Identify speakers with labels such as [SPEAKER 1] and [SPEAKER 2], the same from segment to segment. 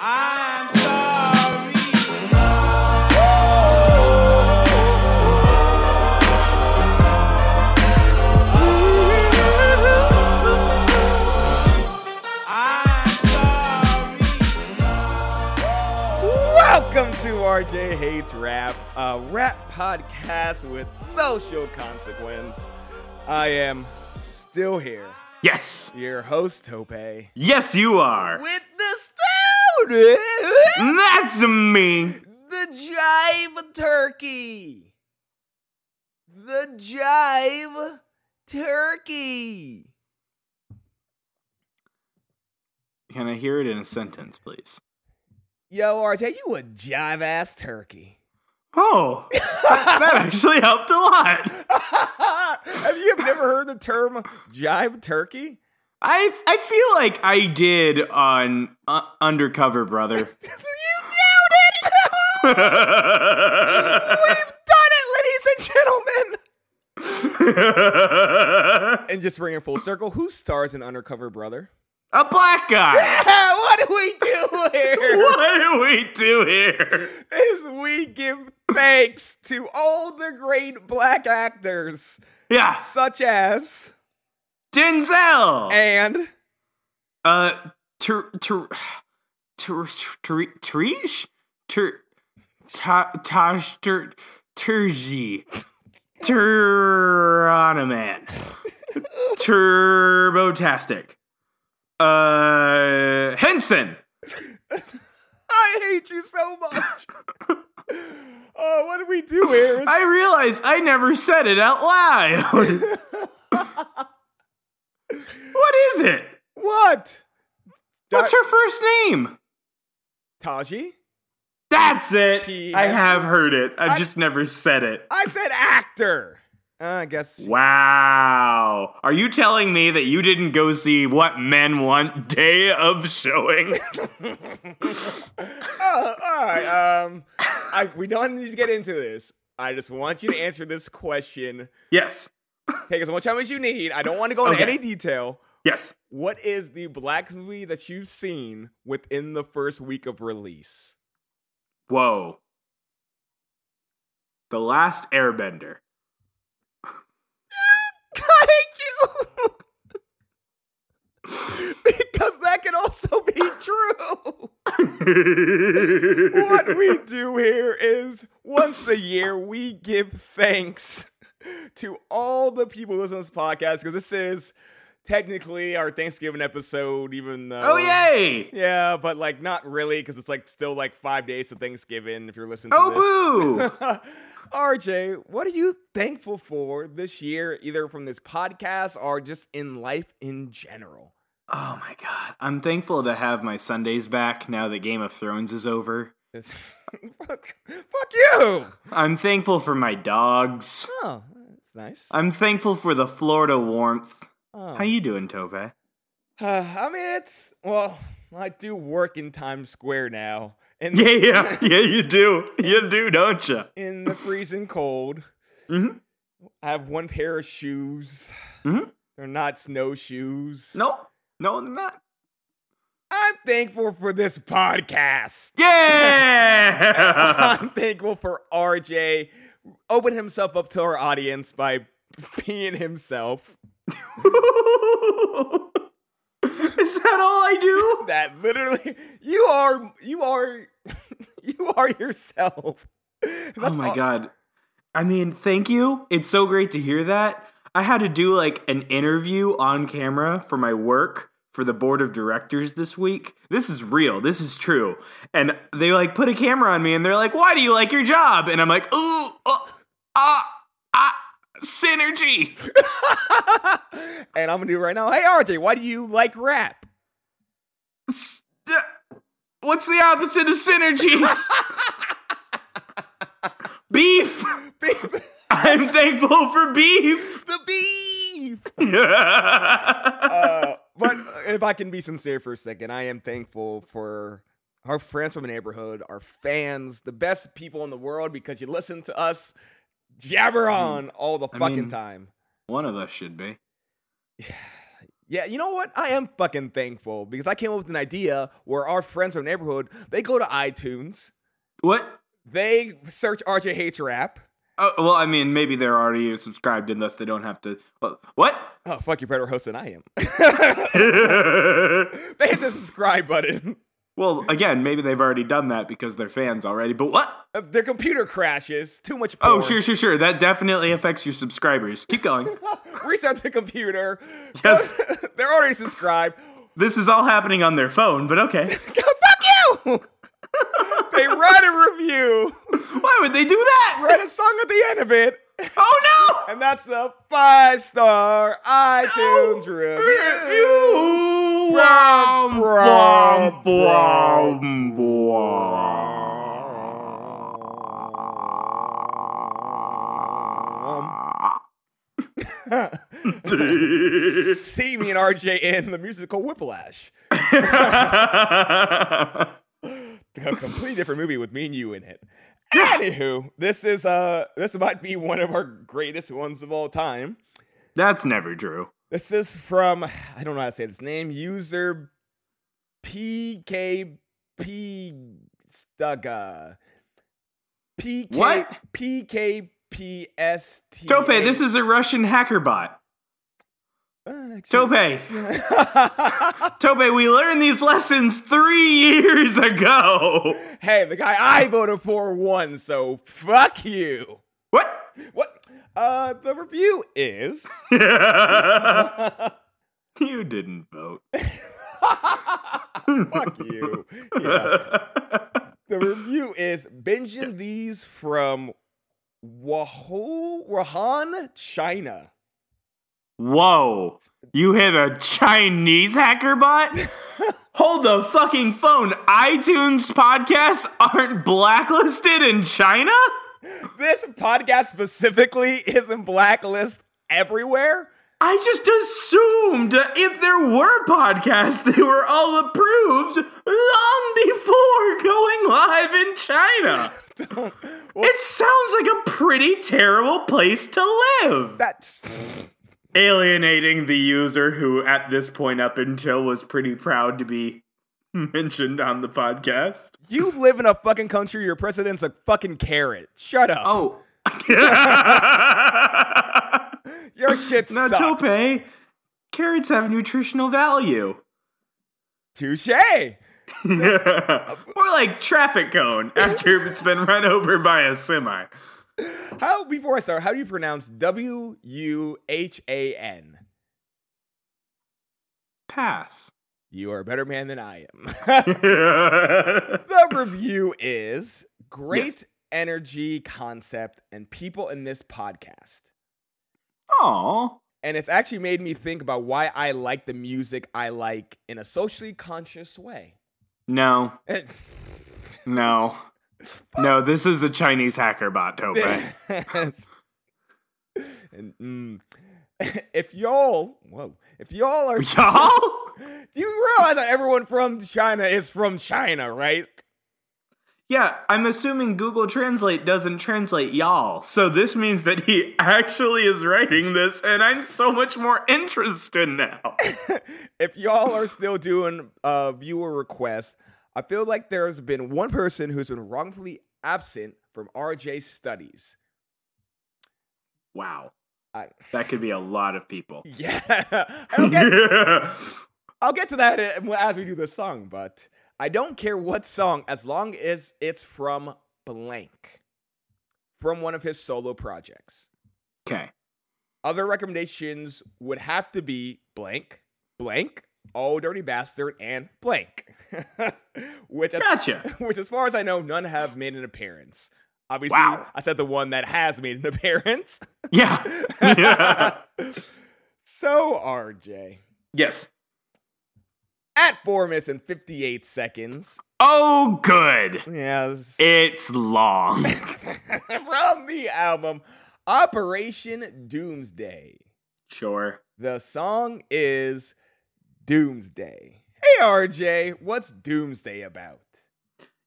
[SPEAKER 1] I'm sorry. I'm sorry. Welcome to RJ Hates Rap, a rap podcast with social consequence. I am still here,
[SPEAKER 2] Yes.
[SPEAKER 1] your host Tope, with
[SPEAKER 2] Yes, you are.
[SPEAKER 1] the student.
[SPEAKER 2] That's me.
[SPEAKER 1] The Jive Turkey. The Jive Turkey.
[SPEAKER 2] Can I hear it in a sentence, please?
[SPEAKER 1] Yo, RJ, you a jive ass turkey.
[SPEAKER 2] Oh, that, that actually helped a lot.
[SPEAKER 1] Have you never heard the term jive turkey?
[SPEAKER 2] I, I feel like I did on uh, Undercover Brother. you nailed
[SPEAKER 1] We've done it, ladies and gentlemen.
[SPEAKER 2] it!
[SPEAKER 1] And just bring it full circle, who stars in Undercover Brother?
[SPEAKER 2] a black guy.
[SPEAKER 1] what do we do here?
[SPEAKER 2] What do we do here?
[SPEAKER 1] Is we give thanks to all the great black actors,
[SPEAKER 2] Yeah,
[SPEAKER 1] such as
[SPEAKER 2] Denzel.
[SPEAKER 1] and
[SPEAKER 2] Uh, ter, ter, ter, ter, Terish? Ter, ta, Taj, ter, Terzi. Turonaman. Turbotastic. Uh, Henson.
[SPEAKER 1] I hate you so much. Oh, what do we do here?
[SPEAKER 2] I realize I never said it out loud. what is it?
[SPEAKER 1] what?
[SPEAKER 2] What's her first name?
[SPEAKER 1] Taji?
[SPEAKER 2] That's
[SPEAKER 1] P-
[SPEAKER 2] it. I have heard it. I just never said it.
[SPEAKER 1] I said actor. Uh, I guess.
[SPEAKER 2] Wow. Are you telling me that you didn't go see What Men Want Day of Showing?
[SPEAKER 1] Oh, all right. Um, I, we don't need to get into this. I just want you to answer this question.
[SPEAKER 2] yes.
[SPEAKER 1] Take as much time as you need. I don't want to go into
[SPEAKER 2] Okay.
[SPEAKER 1] any detail.
[SPEAKER 2] Yes.
[SPEAKER 1] What is the black movie that you've seen within the first week of release?
[SPEAKER 2] Whoa. The Last Airbender.
[SPEAKER 1] I hate you. because that can also be true. what we do here is once a year we give thanks to all the people listening to this podcast because this is technically our Thanksgiving episode, even though.
[SPEAKER 2] Oh, yay!
[SPEAKER 1] Yeah, but like not really because it's like still like five days to Thanksgiving if you're listening to this.
[SPEAKER 2] Oh, boo!
[SPEAKER 1] RJ, what are you thankful for this year, either from this podcast or just in life in general?
[SPEAKER 2] oh, my God. I'm thankful to have my Sundays back now that Game of Thrones is over.
[SPEAKER 1] It's- fuck, fuck you!
[SPEAKER 2] I'm thankful for my dogs.
[SPEAKER 1] Oh, that's nice.
[SPEAKER 2] I'm thankful for the Florida warmth.
[SPEAKER 1] Oh.
[SPEAKER 2] How you doing, Tove?
[SPEAKER 1] Uh, I mean, it's well, I do work in Times Square now, and
[SPEAKER 2] Yeah, yeah, yeah, you do. You do, don't you?
[SPEAKER 1] in the freezing cold.
[SPEAKER 2] Mhm.
[SPEAKER 1] I have one pair of shoes.
[SPEAKER 2] Mhm.
[SPEAKER 1] They're not snowshoes.
[SPEAKER 2] Nope. No, they're not.
[SPEAKER 1] I'm thankful for this podcast.
[SPEAKER 2] Yeah! Uh-huh.
[SPEAKER 1] I'm thankful for RJ open himself up to our audience by being himself.
[SPEAKER 2] Is that all I do?
[SPEAKER 1] That literally you are you are you are yourself.
[SPEAKER 2] oh my god. I mean, thank you. It's so great to hear that. I had to do like an interview on camera for my work for the board of directors this week. This is real. This is true. And they like put a camera on me and they're like, "Why do you like your job?" And I'm like, "Ooh, uh, uh, uh, synergy."
[SPEAKER 1] and I'm gonna do it right now. Hey RJ, why do you like rap?
[SPEAKER 2] S- uh, What's the opposite of synergy? Beef.
[SPEAKER 1] Beep.
[SPEAKER 2] I I'm thankful for beef.
[SPEAKER 1] the beef.
[SPEAKER 2] yeah.
[SPEAKER 1] Uh, but if I can be sincere for a second, I am thankful for our friends from the neighborhood, our fans, the best people in the world, because you listen to us jabber on all the
[SPEAKER 2] Mm-hmm. I
[SPEAKER 1] fucking
[SPEAKER 2] mean-
[SPEAKER 1] time.
[SPEAKER 2] One of us should be.
[SPEAKER 1] Yeah, you know what? I am fucking thankful because I came up with an idea where our friends from the neighborhood they go to iTunes,
[SPEAKER 2] What?
[SPEAKER 1] they search RJ hates rap.
[SPEAKER 2] Oh, well, I mean, maybe they're already subscribed and thus they don't have to. Well, what?
[SPEAKER 1] Oh fuck, you're better host than I am.
[SPEAKER 2] well,
[SPEAKER 1] they hit the subscribe button.
[SPEAKER 2] again, maybe they've already done that because they're fans already. But what?
[SPEAKER 1] If Their computer crashes. Too much. Porn.
[SPEAKER 2] Oh, sure, sure, sure. That definitely affects your subscribers. Keep going.
[SPEAKER 1] Restart the computer.
[SPEAKER 2] Yes.
[SPEAKER 1] They're already subscribed.
[SPEAKER 2] this is all happening on their phone, but okay.
[SPEAKER 1] Fuck you! they write a review,
[SPEAKER 2] Why would they do that?
[SPEAKER 1] write a song at the end of it,
[SPEAKER 2] Oh no!
[SPEAKER 1] and that's the five star iTunes review.
[SPEAKER 2] You
[SPEAKER 1] Brum, brum,
[SPEAKER 2] brum, brum.
[SPEAKER 1] See me and RJ in the musical Whiplash. a completely different movie with me and you in it. Anywho, this is uh this might be one of our greatest ones of all time.
[SPEAKER 2] That's never true.
[SPEAKER 1] This is from I don't know how to say this name, user PKP Stuga. PK
[SPEAKER 2] What?
[SPEAKER 1] PKPST.
[SPEAKER 2] Tope, this is a Russian hacker bot.
[SPEAKER 1] Uh,
[SPEAKER 2] Tope, Tope, we learned these lessons three years ago.
[SPEAKER 1] hey, the guy I voted for won, so fuck you.
[SPEAKER 2] What?
[SPEAKER 1] What? Uh, the review is.
[SPEAKER 2] you didn't vote.
[SPEAKER 1] Fuck you. Yeah. The review is binging these from Wahoo, Wuhan, China.
[SPEAKER 2] Whoa. You hit a Chinese hacker bot? Hold the fucking phone. iTunes podcasts aren't blacklisted in China?
[SPEAKER 1] This podcast specifically is in blacklist everywhere.
[SPEAKER 2] I just assumed if there were podcasts, they were all approved long before going live in China. it sounds like a pretty terrible place to live.
[SPEAKER 1] That's
[SPEAKER 2] alienating the user who at this point up until was pretty proud to be mentioned on the podcast.
[SPEAKER 1] you live in a fucking country. Your president's a fucking carrot. Shut up.
[SPEAKER 2] Oh.
[SPEAKER 1] your shit
[SPEAKER 2] now
[SPEAKER 1] sucks.
[SPEAKER 2] Tope, carrots have nutritional value.
[SPEAKER 1] Touche.
[SPEAKER 2] More like traffic cone after it's been run over by a semi.
[SPEAKER 1] How before I start, how do you pronounce W U H A N?
[SPEAKER 2] Pass.
[SPEAKER 1] You are a better man than I am. the review is great energy concept and people in this podcast.
[SPEAKER 2] Aw.
[SPEAKER 1] And it's actually made me think about why I like the music I like in a socially conscious way.
[SPEAKER 2] No,
[SPEAKER 1] And-
[SPEAKER 2] no. No, this is a Chinese hacker bot, Tope.
[SPEAKER 1] And, mm, if y'all, whoa, if y'all are,
[SPEAKER 2] Y'all?
[SPEAKER 1] you realize that everyone from China is from China, right?
[SPEAKER 2] Yeah, I'm assuming Google Translate doesn't translate y'all. So this means that he actually is writing this, and I'm so much more interested now.
[SPEAKER 1] if y'all are still doing uh, viewer requests, I feel like there's been one person who's been wrongfully absent from RJ studies.
[SPEAKER 2] wow.
[SPEAKER 1] I-
[SPEAKER 2] That could be a lot of people.
[SPEAKER 1] Yeah, I'll get, I'll get to that in- as we do the song, but I don't care what song as long as it's from blank, from one of his solo projects.
[SPEAKER 2] Okay.
[SPEAKER 1] Other recommendations would have to be blank, blank, oh dirty bastard, and blank, which as
[SPEAKER 2] Gotcha.
[SPEAKER 1] which as far as I know, none have made an appearance. Obviously,
[SPEAKER 2] Wow.
[SPEAKER 1] I said the one that has made an appearance.
[SPEAKER 2] Yeah.
[SPEAKER 1] so RJ.
[SPEAKER 2] Yes.
[SPEAKER 1] At four minutes and 58 seconds.
[SPEAKER 2] Oh, good.
[SPEAKER 1] Yes.
[SPEAKER 2] It's long.
[SPEAKER 1] From the album, Operation Doomsday.
[SPEAKER 2] Sure.
[SPEAKER 1] The song is Doomsday. Hey RJ, what's Doomsday about?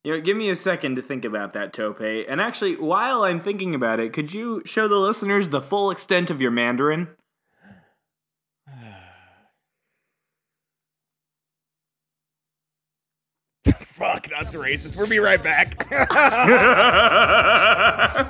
[SPEAKER 2] You know, give me a second to think about that, Tope. And actually, while I'm thinking about it, could you show the listeners the full extent of your Mandarin?
[SPEAKER 1] Fuck, that's racist. We'll be right back.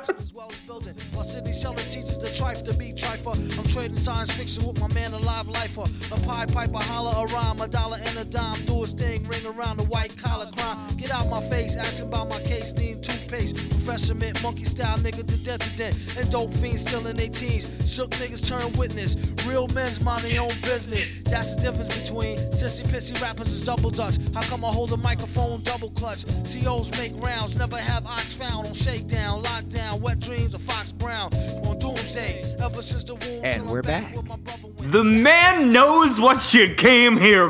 [SPEAKER 3] as well as building. My city seller teaches the trife to be trifer. I'm trading science fiction with my man, a live lifer. A pie pipe, a holler, a rhyme, a dollar and a dime. Do his thing, ring around the white collar crime. Get out my face, asking about my case, needing toothpaste. Professor mint, monkey style nigga to death to death. And dope fiends still in their teens. Shook niggas turn witness. Real men's mind their own business. That's the difference between sissy pissy rappers is double dutch. How come I hold a microphone double clutch? COs make rounds, never have ox found on shakedown, lockdown, wet dreams of Fox Brown on doomsday. Ever since the womb,
[SPEAKER 1] And
[SPEAKER 3] till
[SPEAKER 1] we're
[SPEAKER 3] I'm back.
[SPEAKER 1] back.
[SPEAKER 3] with my brother when-
[SPEAKER 2] The man knows what you came here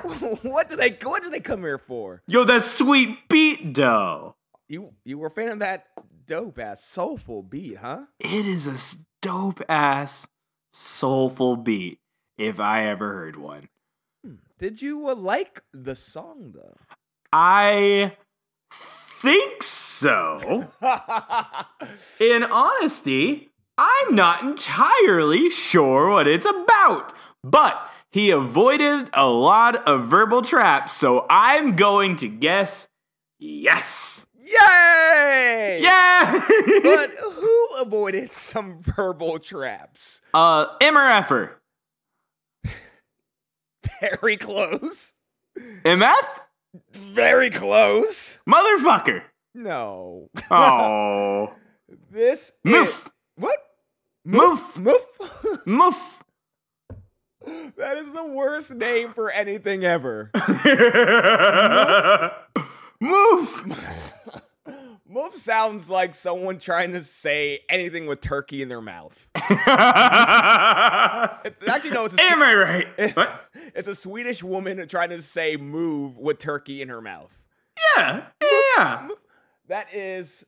[SPEAKER 1] what do they what do they come here for?
[SPEAKER 2] Yo, that sweet beat, though.
[SPEAKER 1] You you were a fan of that dope ass soulful beat, huh?
[SPEAKER 2] It is a dope ass, soulful beat, if I ever heard one.
[SPEAKER 1] Did you uh, like the song though?
[SPEAKER 2] I think so. In honesty, I'm not entirely sure what it's about, but he avoided a lot of verbal traps, so I'm going to guess yes.
[SPEAKER 1] Yay!
[SPEAKER 2] Yeah!
[SPEAKER 1] But who avoided some verbal traps?
[SPEAKER 2] uh, MRFer.
[SPEAKER 1] Very close.
[SPEAKER 2] MF?
[SPEAKER 1] Very close.
[SPEAKER 2] Motherfucker.
[SPEAKER 1] No.
[SPEAKER 2] Oh.
[SPEAKER 1] This is
[SPEAKER 2] Moof.
[SPEAKER 1] what?
[SPEAKER 2] Moof.
[SPEAKER 1] Moof?
[SPEAKER 2] Moof.
[SPEAKER 1] that is the worst name for anything ever.
[SPEAKER 2] Moof.
[SPEAKER 1] Moof sounds like someone trying to say anything with turkey in their mouth.
[SPEAKER 2] Am
[SPEAKER 1] Actually, no, it's a,
[SPEAKER 2] I right? What?
[SPEAKER 1] it's a Swedish woman trying to say move with turkey in her mouth.
[SPEAKER 2] Yeah. Yeah.
[SPEAKER 1] That is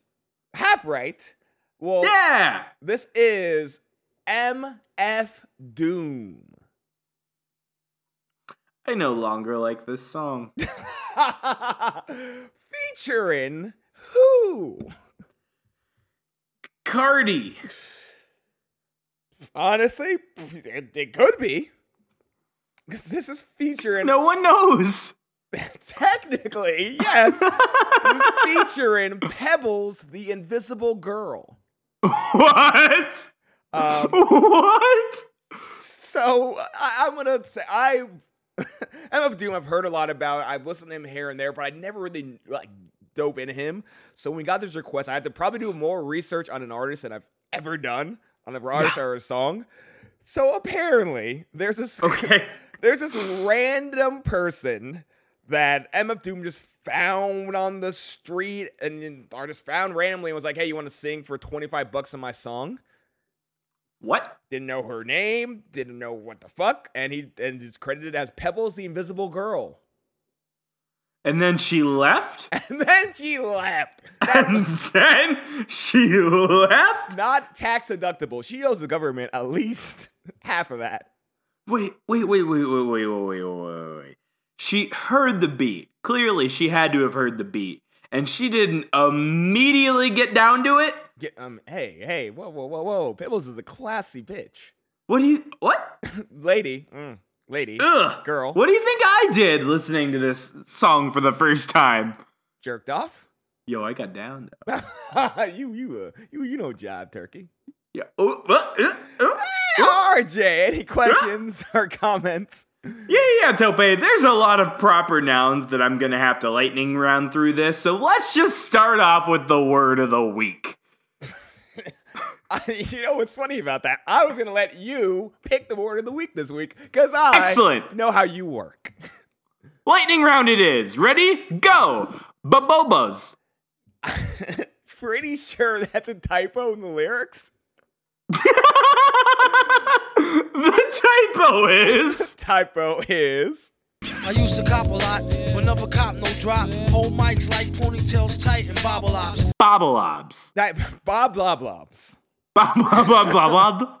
[SPEAKER 1] half right. Well,
[SPEAKER 2] Yeah.
[SPEAKER 1] this is MF Doom.
[SPEAKER 2] I no longer like this song.
[SPEAKER 1] Featuring who?
[SPEAKER 2] Cardi.
[SPEAKER 1] Honestly, it, it could be. Because this is featuring.
[SPEAKER 2] No one knows.
[SPEAKER 1] Technically, yes. this is featuring Pebbles the Invisible Girl.
[SPEAKER 2] What?
[SPEAKER 1] Um,
[SPEAKER 2] What?
[SPEAKER 1] So I, I'm gonna say I MF Doom. I've heard a lot about. I've listened to him here and there, but I never really like dope in him. So when we got this request, I had to probably do more research on an artist than I've ever done on an artist or a song. So apparently, there's this
[SPEAKER 2] Okay.
[SPEAKER 1] there's this random person that MF Doom just found on the street and then artist found randomly and was like, "Hey, you want to sing for 25 bucks on my song?"
[SPEAKER 2] What?
[SPEAKER 1] didn't know her name, didn't know what the fuck, and he and is credited as Pebbles the Invisible Girl.
[SPEAKER 2] And then she left?
[SPEAKER 1] And then she left.
[SPEAKER 2] and then she left?
[SPEAKER 1] Not tax deductible. She owes the government at least half of that.
[SPEAKER 2] Wait, wait, wait, wait, wait, wait, wait, wait, wait, wait, wait. She heard the beat. Clearly, she had to have heard the beat. And she didn't immediately get down to it?
[SPEAKER 1] Get um hey, hey, whoa, whoa, whoa, whoa. Pebbles is a classy bitch.
[SPEAKER 2] What do you. What?
[SPEAKER 1] Lady. Mm, lady.
[SPEAKER 2] Ugh.
[SPEAKER 1] Girl.
[SPEAKER 2] What do you think I did listening to this song for the first time?
[SPEAKER 1] Jerked off?
[SPEAKER 2] Yo, I got down though.
[SPEAKER 1] you you uh, you you know job turkey.
[SPEAKER 2] Yeah. Oh, uh, uh, uh.
[SPEAKER 1] RJ, any questions or comments?
[SPEAKER 2] Yeah, yeah, Tope. There's a lot of proper nouns that I'm gonna have to lightning round through this. So let's just start off with the word of the week.
[SPEAKER 1] I, you know what's funny about that? I was gonna let you pick the word of the week this week because I
[SPEAKER 2] Excellent.
[SPEAKER 1] know how you work.
[SPEAKER 2] Lightning round it is. Ready? Go. Babobas.
[SPEAKER 1] Pretty sure that's a typo in the lyrics.
[SPEAKER 2] the typo is.
[SPEAKER 1] Typo is
[SPEAKER 3] I used to cop a lot, but never cop no drop. Hold mics like ponytails tight and bobble ops.
[SPEAKER 2] Bobolobs.
[SPEAKER 1] that Bob Blah Blobs.
[SPEAKER 2] Blah, blah, blah, blah, blah.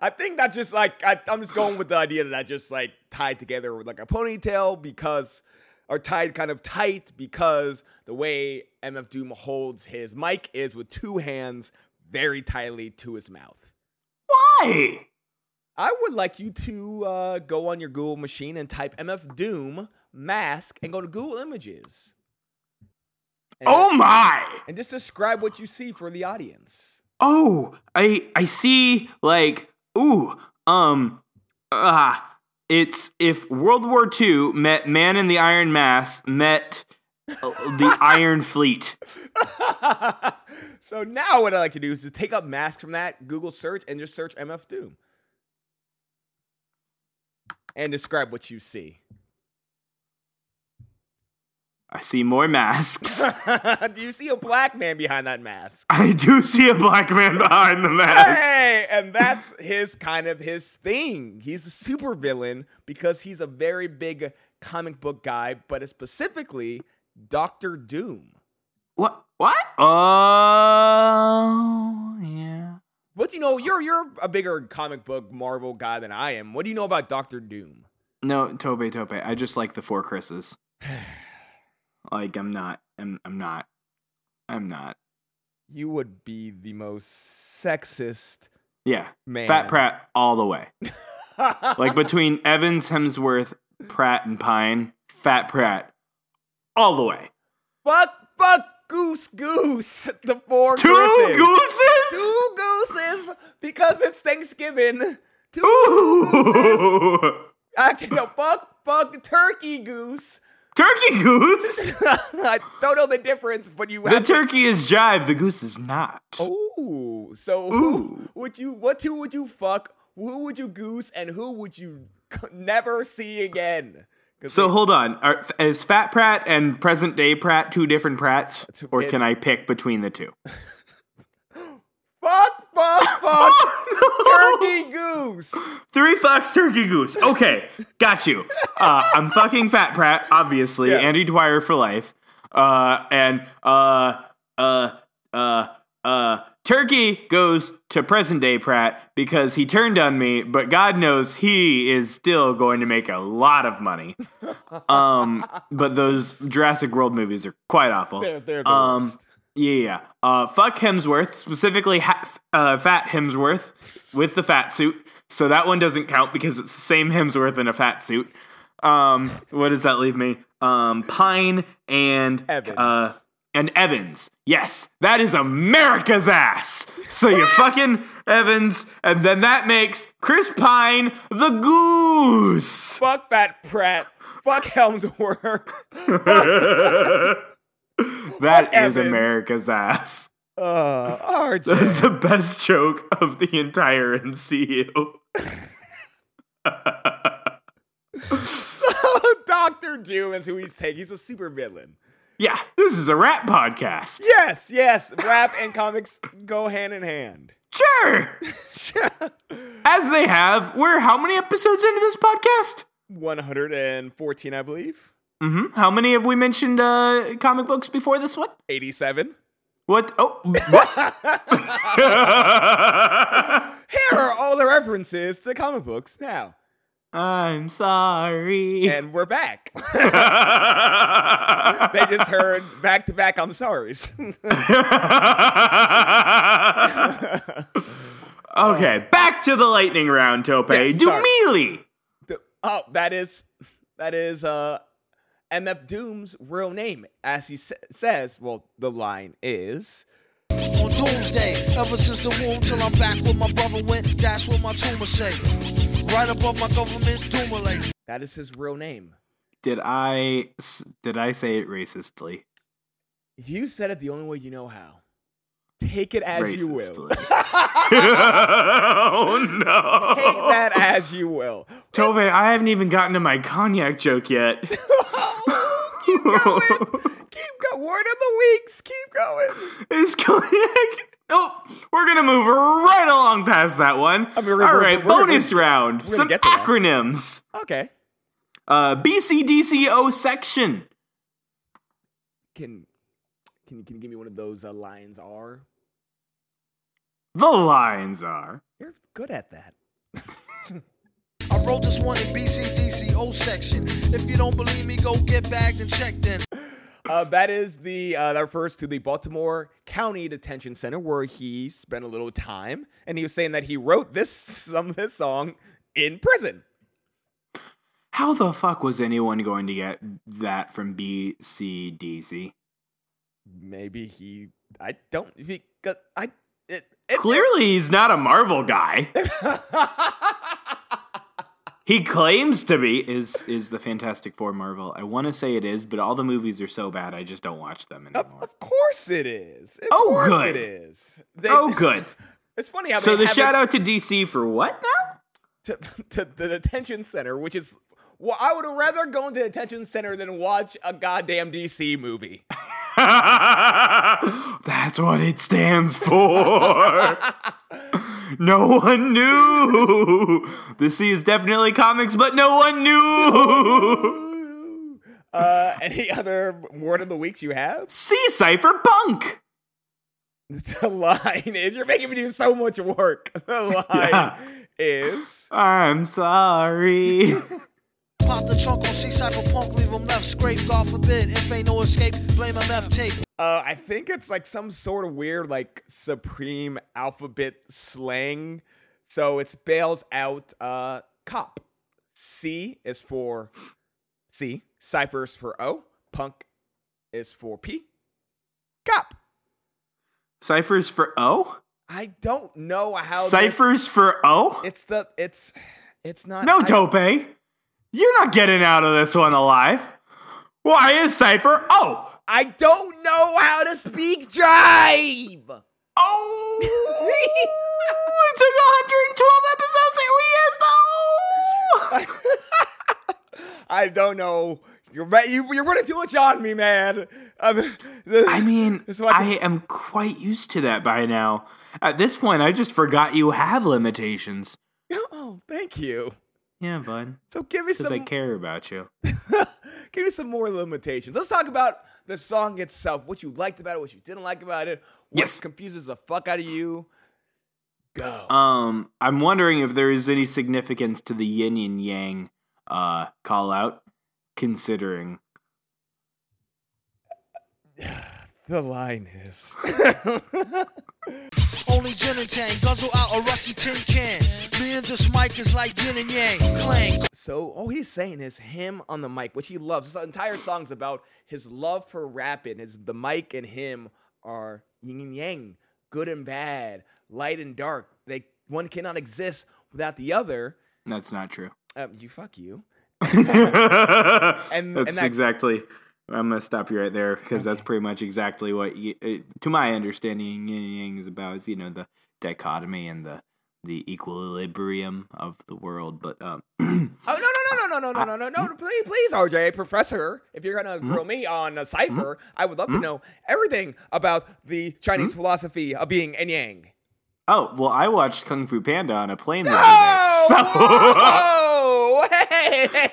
[SPEAKER 1] I think that's just like I, I'm just going with the idea that I just like tied together with like a ponytail because, or tied kind of tight because the way MF Doom holds his mic is with two hands very tightly to his mouth.
[SPEAKER 2] Why?
[SPEAKER 1] I would like you to uh, go on your Google machine and type MF Doom mask and go to Google Images
[SPEAKER 2] Oh my!
[SPEAKER 1] and just describe what you see for the audience.
[SPEAKER 2] Oh, I I see like ooh, um ah it's if World War II met Man in the Iron Mask met uh, the Iron Fleet.
[SPEAKER 1] so now what I like to do is to take up mask from that Google search and just search MF Doom. And describe what you see.
[SPEAKER 2] I see more masks.
[SPEAKER 1] do you see a black man behind that mask?
[SPEAKER 2] I do see a black man behind the mask.
[SPEAKER 1] Hey, and that's his kind of his thing. He's a supervillain because he's a very big comic book guy, but specifically Doctor Doom.
[SPEAKER 2] What what? Oh, yeah.
[SPEAKER 1] What do you know? You're you're a bigger comic book Marvel guy than I am. What do you know about Doctor Doom?
[SPEAKER 2] No, Tope Tope. I just like the four Chris's. like I'm not I'm I'm not I'm not.
[SPEAKER 1] You would be the most sexist
[SPEAKER 2] Yeah.
[SPEAKER 1] man.
[SPEAKER 2] Fat Pratt all the way. like between Evans, Hemsworth, Pratt, and Pine, Fat Pratt all the way.
[SPEAKER 1] Fuck, fuck, goose, goose. The four
[SPEAKER 2] Two
[SPEAKER 1] gooses.
[SPEAKER 2] gooses?
[SPEAKER 1] Two gooses because it's Thanksgiving. Two gooses.
[SPEAKER 2] Ooh.
[SPEAKER 1] Actually, no, fuck, fuck, turkey goose.
[SPEAKER 2] Turkey goose?
[SPEAKER 1] I don't know the difference, but you
[SPEAKER 2] The
[SPEAKER 1] have to-
[SPEAKER 2] turkey is jive, the goose is not.
[SPEAKER 1] Ooh, so who
[SPEAKER 2] Ooh.
[SPEAKER 1] would you? What two would you fuck? Who would you goose, and who would you c- never see again? 'Cause
[SPEAKER 2] So
[SPEAKER 1] they-
[SPEAKER 2] hold on. Are, is Fat Pratt and present day Pratt two different Pratts? Or can I pick between the two?
[SPEAKER 1] fuck, fuck, fuck,
[SPEAKER 2] Oh, no.
[SPEAKER 1] turkey goose.
[SPEAKER 2] Three fox turkey goose. Okay, got you. Uh, I'm fucking Fat Pratt, obviously.
[SPEAKER 1] Yes.
[SPEAKER 2] Andy Dwyer for life. Uh, and uh, uh, uh, uh, Turkey goes to present day Pratt because he turned on me, but God knows he is still going to make a lot of money. Um, but those Jurassic World movies are quite awful.
[SPEAKER 1] They're- they're the worst.
[SPEAKER 2] um, yeah, yeah. Uh, fuck Hemsworth, specifically ha- uh, fat Hemsworth with the fat suit. So that one doesn't count because it's the same Hemsworth in a fat suit. Um, what does that leave me? Um, Pine and
[SPEAKER 1] Evans.
[SPEAKER 2] Uh, and Evans. Yes, that is America's ass. So you fucking Evans, and then that makes Chris Pine the goose.
[SPEAKER 1] Fuck that Pratt. Fuck Helmsworth.
[SPEAKER 2] That
[SPEAKER 1] Evans.
[SPEAKER 2] is America's ass.
[SPEAKER 1] Uh,
[SPEAKER 2] That
[SPEAKER 1] RJ.
[SPEAKER 2] is the best joke of the entire MCU.
[SPEAKER 1] Doctor Doom is who he's taking. He's a super villain.
[SPEAKER 2] Yeah, this is a rap podcast.
[SPEAKER 1] Yes, yes. Rap and comics go hand in hand.
[SPEAKER 2] Sure. As they have, we're how many episodes into this podcast?
[SPEAKER 1] 114, I believe.
[SPEAKER 2] hmm How many have we mentioned uh, comic books before this one?
[SPEAKER 1] 87.
[SPEAKER 2] What? Oh, what?
[SPEAKER 1] Here are all the references to comic books now.
[SPEAKER 2] I'm sorry.
[SPEAKER 1] And we're back. they just heard back to back, I'm sorry.
[SPEAKER 2] okay, back to the lightning round, Tope.
[SPEAKER 1] Yes,
[SPEAKER 2] Do
[SPEAKER 1] sorry.
[SPEAKER 2] mealy.
[SPEAKER 1] The- oh, that is that is uh MF Doom's real name, as he sa- says. Well, the line is
[SPEAKER 3] On doomsday, ever since the womb till I'm back where my brother went, that's what my tumor say. Right above my government doomer lake.
[SPEAKER 1] that is his real name.
[SPEAKER 2] Did I s- did I say it racistly?
[SPEAKER 1] You said it the only way you know how. Take it as you will.
[SPEAKER 2] racistly. oh no.
[SPEAKER 1] Take that as you will.
[SPEAKER 2] Tobe, I haven't even gotten to my cognac joke yet.
[SPEAKER 1] Keep going. Word of the weeks. Keep going.
[SPEAKER 2] Is cognac? Oh, we're gonna move right along past that one.
[SPEAKER 1] I mean, we're-
[SPEAKER 2] All
[SPEAKER 1] we're-
[SPEAKER 2] right,
[SPEAKER 1] we're gonna-
[SPEAKER 2] bonus round.
[SPEAKER 1] gonna
[SPEAKER 2] Some
[SPEAKER 1] get to that.
[SPEAKER 2] acronyms.
[SPEAKER 1] Okay.
[SPEAKER 2] Uh, BCDCO section.
[SPEAKER 1] Can can you can you give me one of those uh, lines? R.
[SPEAKER 2] The lines are.
[SPEAKER 1] You're good at that.
[SPEAKER 3] I wrote this one in BCDC O section. If you don't believe me, go get bagged and checked in.
[SPEAKER 1] Uh, that is the uh, that refers to the Baltimore County Detention Center where he spent a little time, and he was saying that he wrote this some of this song in prison.
[SPEAKER 2] How the fuck was anyone going to get that from BCDC?
[SPEAKER 1] Maybe he I don't because I it, it
[SPEAKER 2] Clearly, he's not a Marvel guy. he claims to be. Is is the Fantastic Four Marvel? I want to say it is, but all the movies are so bad, I just don't watch them
[SPEAKER 1] Oh,
[SPEAKER 2] anymore.
[SPEAKER 1] Of course it is. Of
[SPEAKER 2] Oh,
[SPEAKER 1] course it
[SPEAKER 2] good.
[SPEAKER 1] is. They-
[SPEAKER 2] Oh, good.
[SPEAKER 1] It's funny how
[SPEAKER 2] So
[SPEAKER 1] they
[SPEAKER 2] the
[SPEAKER 1] have
[SPEAKER 2] shout out to DC for what now?
[SPEAKER 1] to, to the detention center, which is well, I would have rather gone to the detention center than watch a goddamn DC movie.
[SPEAKER 2] That's what it stands for. no one knew. The C is definitely comics, but no one knew.
[SPEAKER 1] Uh, any other word of the weeks you have?
[SPEAKER 2] C cipher bunk.
[SPEAKER 1] The line is you're making me do so much work. The line
[SPEAKER 2] Yeah.
[SPEAKER 1] is
[SPEAKER 2] I'm sorry.
[SPEAKER 3] Pop the trunk on C Cypherpunk, leave him left. Scrape, God forbid. If ain't no escape, blame MF tape.
[SPEAKER 1] uh, I think it's like some sort of weird like supreme alphabet slang. So it's bails out uh cop. C is for C, cipher is for O, punk is for P. Cop.
[SPEAKER 2] Ciphers for O?
[SPEAKER 1] I don't know how this-
[SPEAKER 2] Ciphers for O?
[SPEAKER 1] it's the it's it's not
[SPEAKER 2] No,
[SPEAKER 1] I-
[SPEAKER 2] Tope. You're not getting out of this one alive. Why is Cypher O?
[SPEAKER 1] I don't know how to speak jibe.
[SPEAKER 2] Oh! it took 112 episodes and we is the O!
[SPEAKER 1] I don't know. You're right. You, you're gonna do it on me, man. Um, the-
[SPEAKER 2] I mean,
[SPEAKER 1] this is what
[SPEAKER 2] I am quite used to that by now. At this point, I just forgot you have limitations.
[SPEAKER 1] oh, thank you.
[SPEAKER 2] Yeah, bud.
[SPEAKER 1] So give me
[SPEAKER 2] Because
[SPEAKER 1] some.
[SPEAKER 2] I care about you.
[SPEAKER 1] give me some more limitations. Let's talk about the song itself. What you liked about it. What you didn't like about it. What
[SPEAKER 2] Yes.
[SPEAKER 1] Confuses the fuck out of you. Go.
[SPEAKER 2] Um, I'm wondering if there is any significance to the yin and yang uh, call out, considering.
[SPEAKER 1] the line is.
[SPEAKER 3] Only gin and tang, guzzle out a rusty tin can. Me and this mic is like yin and yang. Clang,
[SPEAKER 1] So all he's saying is him on the mic, which he loves. This entire song's about his love for rapping. His the mic and him are yin and yang, good and bad, light and dark. They one cannot exist without the other.
[SPEAKER 2] That's not true.
[SPEAKER 1] Um, you fuck you.
[SPEAKER 2] and,
[SPEAKER 1] and
[SPEAKER 2] that's
[SPEAKER 1] that-
[SPEAKER 2] exactly. I'm gonna stop you right there because that's pretty much exactly what, y uh, to my understanding, yin and yang is about. Is you know the dichotomy and the the equilibrium of the world. But um,
[SPEAKER 1] Oh no no no no no no no no no! Please please RJ Professor, if you're gonna grill me on a cipher, I would love to know everything about the Chinese philosophy of being and yang.
[SPEAKER 2] oh well, I watched Kung Fu Panda on a plane. the
[SPEAKER 1] Oh,
[SPEAKER 2] other
[SPEAKER 1] whoa! Hey!
[SPEAKER 2] day,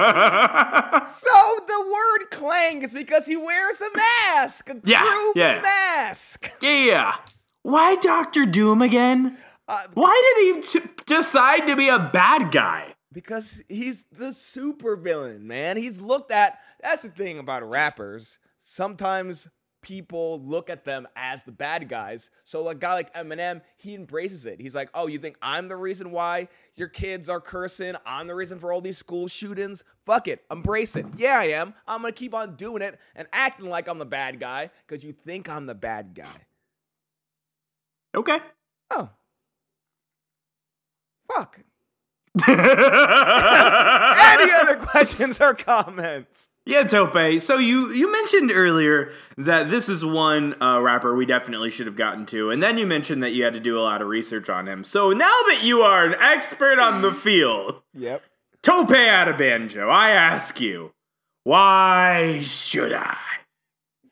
[SPEAKER 2] so-
[SPEAKER 1] So the word clang is because he wears a mask. A
[SPEAKER 2] Yeah,
[SPEAKER 1] true
[SPEAKER 2] yeah.
[SPEAKER 1] mask.
[SPEAKER 2] yeah. Why Doctor Doom again?
[SPEAKER 1] Uh,
[SPEAKER 2] Why did he t- decide to be a bad guy?
[SPEAKER 1] because he's the super villain, man. He's looked at. That's the thing about rappers. Sometimes people look at them as the bad guys. So a guy like Eminem, he embraces it. He's like, "Oh, you think I'm the reason why your kids are cursing? I'm the reason for all these school shootings? Fuck it, embrace it. Yeah, I am. I'm gonna keep on doing it and acting like I'm the bad guy because you think I'm the bad guy."
[SPEAKER 2] Okay.
[SPEAKER 1] Oh. Fuck. Any other questions or comments?
[SPEAKER 2] Yeah, Tope. So you you mentioned earlier that this is one uh, rapper we definitely should have gotten to, and then you mentioned that you had to do a lot of research on him. So now that you are an expert on the field,
[SPEAKER 1] Yep.
[SPEAKER 2] Tope Atabanjo, I ask you, why should I?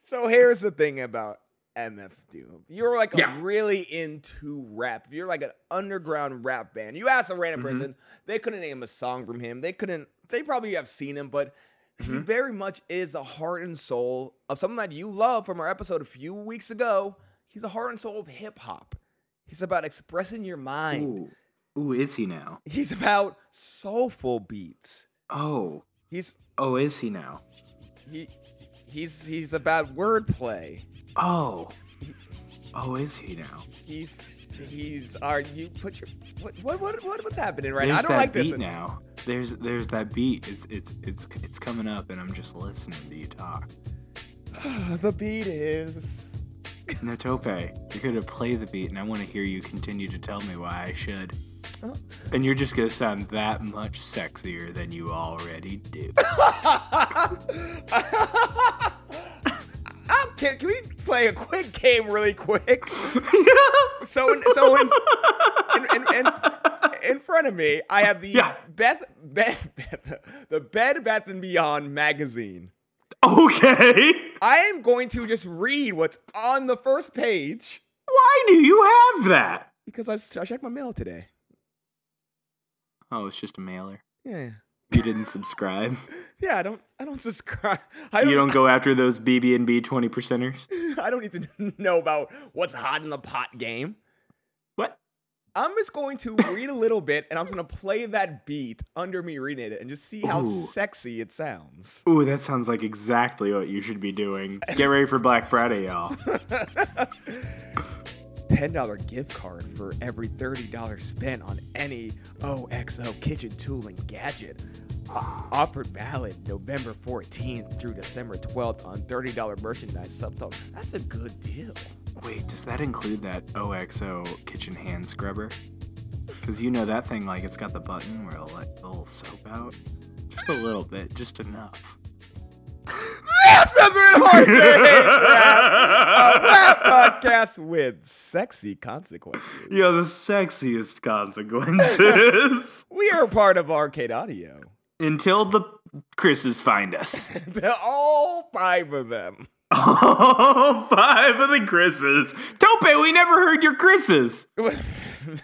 [SPEAKER 1] So here's the thing about MF Doom. You're like
[SPEAKER 2] Yeah.
[SPEAKER 1] really into rap. You're like an underground rap band. You ask a random
[SPEAKER 2] Mm-hmm.
[SPEAKER 1] person, they couldn't name a song from him. They couldn't. They probably have seen him, but
[SPEAKER 2] Mm-hmm.
[SPEAKER 1] he very much is the heart and soul of something that you love from our episode a few weeks ago. He's the heart and soul of hip hop. He's about expressing your mind.
[SPEAKER 2] Ooh. Ooh, is he now?
[SPEAKER 1] He's about soulful beats.
[SPEAKER 2] Oh.
[SPEAKER 1] He's
[SPEAKER 2] Oh, is he now?
[SPEAKER 1] he he's he's about wordplay.
[SPEAKER 2] Oh. Oh, is he now?
[SPEAKER 1] He's he's are you put your what what what, what what's happening right
[SPEAKER 2] There's
[SPEAKER 1] now? I don't
[SPEAKER 2] that
[SPEAKER 1] like
[SPEAKER 2] beat
[SPEAKER 1] this.
[SPEAKER 2] now. There's there's that beat. It's it's it's it's coming up, and I'm just listening to you talk.
[SPEAKER 1] Oh, the beat is
[SPEAKER 2] No tope. You're gonna play the beat, and I want to hear you continue to tell me why I should.
[SPEAKER 1] Oh.
[SPEAKER 2] And you're just gonna sound that much sexier than you already do.
[SPEAKER 1] Oh, can, can we play a quick game really quick? So in, so in, in, in, in, in front of me, I have the
[SPEAKER 2] Yeah.
[SPEAKER 1] Beth, Beth, Beth the Bed Bath and Beyond magazine.
[SPEAKER 2] okay.
[SPEAKER 1] I am going to just read what's on the first page
[SPEAKER 2] Why do you have that?
[SPEAKER 1] because I, s- I checked my mail today.
[SPEAKER 2] Oh, it's just a mailer.
[SPEAKER 1] Yeah,
[SPEAKER 2] You didn't subscribe.
[SPEAKER 1] yeah. I don't I don't subscribe. I
[SPEAKER 2] you
[SPEAKER 1] don't,
[SPEAKER 2] don't go after those BB and B twenty percenters.
[SPEAKER 1] I don't need to know about what's hot in the pot game.
[SPEAKER 2] What?
[SPEAKER 1] I'm just going to read a little bit and I'm going to play that beat under me reading it and just see how
[SPEAKER 2] Ooh.
[SPEAKER 1] sexy it sounds.
[SPEAKER 2] Ooh, that sounds like exactly what you should be doing. Get ready for Black Friday, y'all.
[SPEAKER 1] $10 gift card for every $30 spent on any OXO kitchen tool and gadget. O- offered valid November 14th through December 12th on $30 merchandise subtotal. That's a good deal.
[SPEAKER 2] Wait, does that include that OXO kitchen hand scrubber? Because you know that thing, like it's got the button where it'll let the little soap out. Just a little bit, just enough.
[SPEAKER 1] That's the Three Hard Days Rap! A rap podcast with sexy consequences.
[SPEAKER 2] Yo, the sexiest consequences.
[SPEAKER 1] We are part of Arcade Audio.
[SPEAKER 2] Until the Chris's find us.
[SPEAKER 1] All five of them.
[SPEAKER 2] All five of the Chris's. Tope, we never heard your Chris's.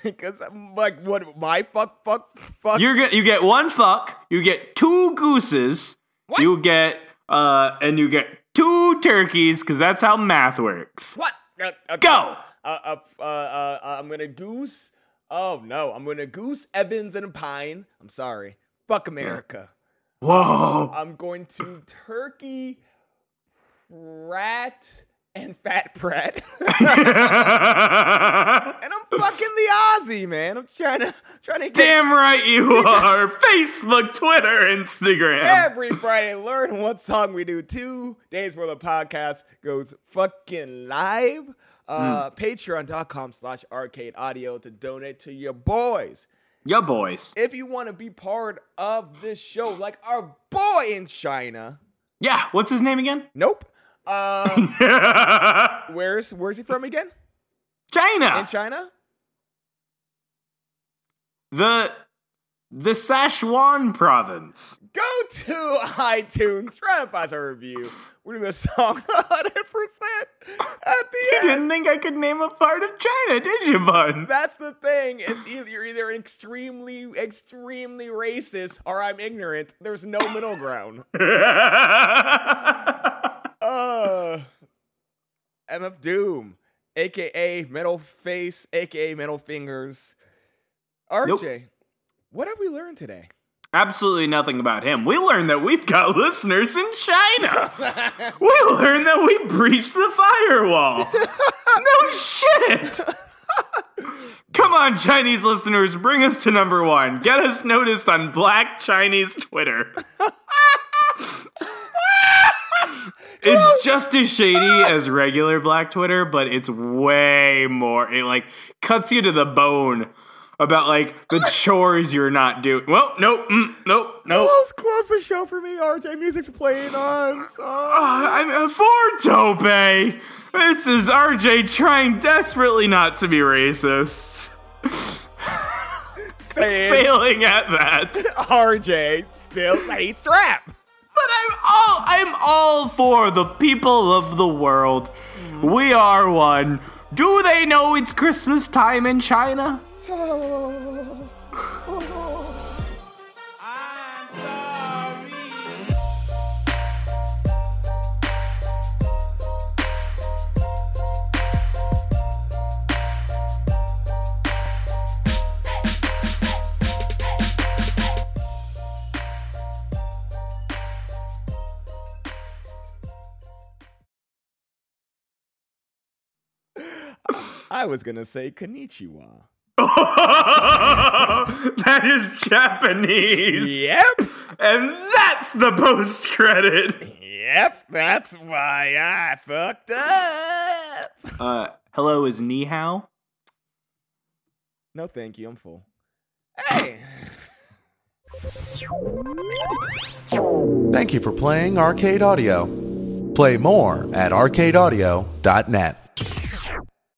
[SPEAKER 1] because I'm like, what? My fuck, fuck, fuck.
[SPEAKER 2] You're get, you get one fuck, you get two gooses, you get uh, and you get two turkeys because that's how math works.
[SPEAKER 1] what? Uh, okay.
[SPEAKER 2] Go.
[SPEAKER 1] Uh, uh, uh, uh, uh, I'm gonna goose. Oh no, I'm gonna goose Evans and Pine. I'm sorry. Fuck America.
[SPEAKER 2] Whoa!
[SPEAKER 1] I'm going to turkey, rat, and fat Pratt.
[SPEAKER 2] Damn
[SPEAKER 1] and I'm fucking the Aussie man. I'm trying to trying to get
[SPEAKER 2] right you are. Facebook, Twitter, Instagram.
[SPEAKER 1] every Friday. Learn what song we do. Two days where the podcast goes fucking live. Uh, Patreon.com slash arcade audio to donate to your boys.
[SPEAKER 2] Ya boys.
[SPEAKER 1] If you want to be part of this show, like our boy in China.
[SPEAKER 2] Yeah. What's his name again?
[SPEAKER 1] Nope. Uh,
[SPEAKER 2] China.
[SPEAKER 1] where's where's he from again?
[SPEAKER 2] Ah.
[SPEAKER 1] In China?
[SPEAKER 2] The the Sichuan province.
[SPEAKER 1] Go to iTunes, try to find our review. We're doing the song 100% at the
[SPEAKER 2] You
[SPEAKER 1] end.
[SPEAKER 2] didn't think I could name a part of China, did you, bud?
[SPEAKER 1] That's the thing. It's either you're either extremely, extremely racist or I'm ignorant. There's no middle ground. Uh MF Doom, aka Metal Face, aka Metal Fingers. RJ, what have we learned today?
[SPEAKER 2] Absolutely nothing about him. We learned that we've got listeners in China. we learned that we breached the firewall. no shit. Come on, Chinese listeners, bring us to number one. Get us noticed on Black Chinese Twitter. it's just as shady as regular Black Twitter, but it's way more. It like cuts you to the bone about like the chores you're not doing. Well, nope, mm, nope, nope.
[SPEAKER 1] Close, close the show for me. RJ, music's playing on.
[SPEAKER 2] Uh, I'm uh, for Tope. This is RJ trying desperately not to be racist,
[SPEAKER 1] Saying
[SPEAKER 2] failing at that.
[SPEAKER 1] RJ still hates rap.
[SPEAKER 2] But I'm all I'm all for the people of the world. We are one. Do they know it's Christmas time in China?
[SPEAKER 1] I was gonna say konnichiwa.
[SPEAKER 2] that is Japanese.
[SPEAKER 1] Yep.
[SPEAKER 2] And that's the post credit.
[SPEAKER 1] Yep, that's why I fucked up.
[SPEAKER 2] Uh, hello is Ni Hao.
[SPEAKER 1] No, thank you. I'm full. Hey,
[SPEAKER 4] Thank you for playing Arcade Audio. Play more at arcadeaudio.net.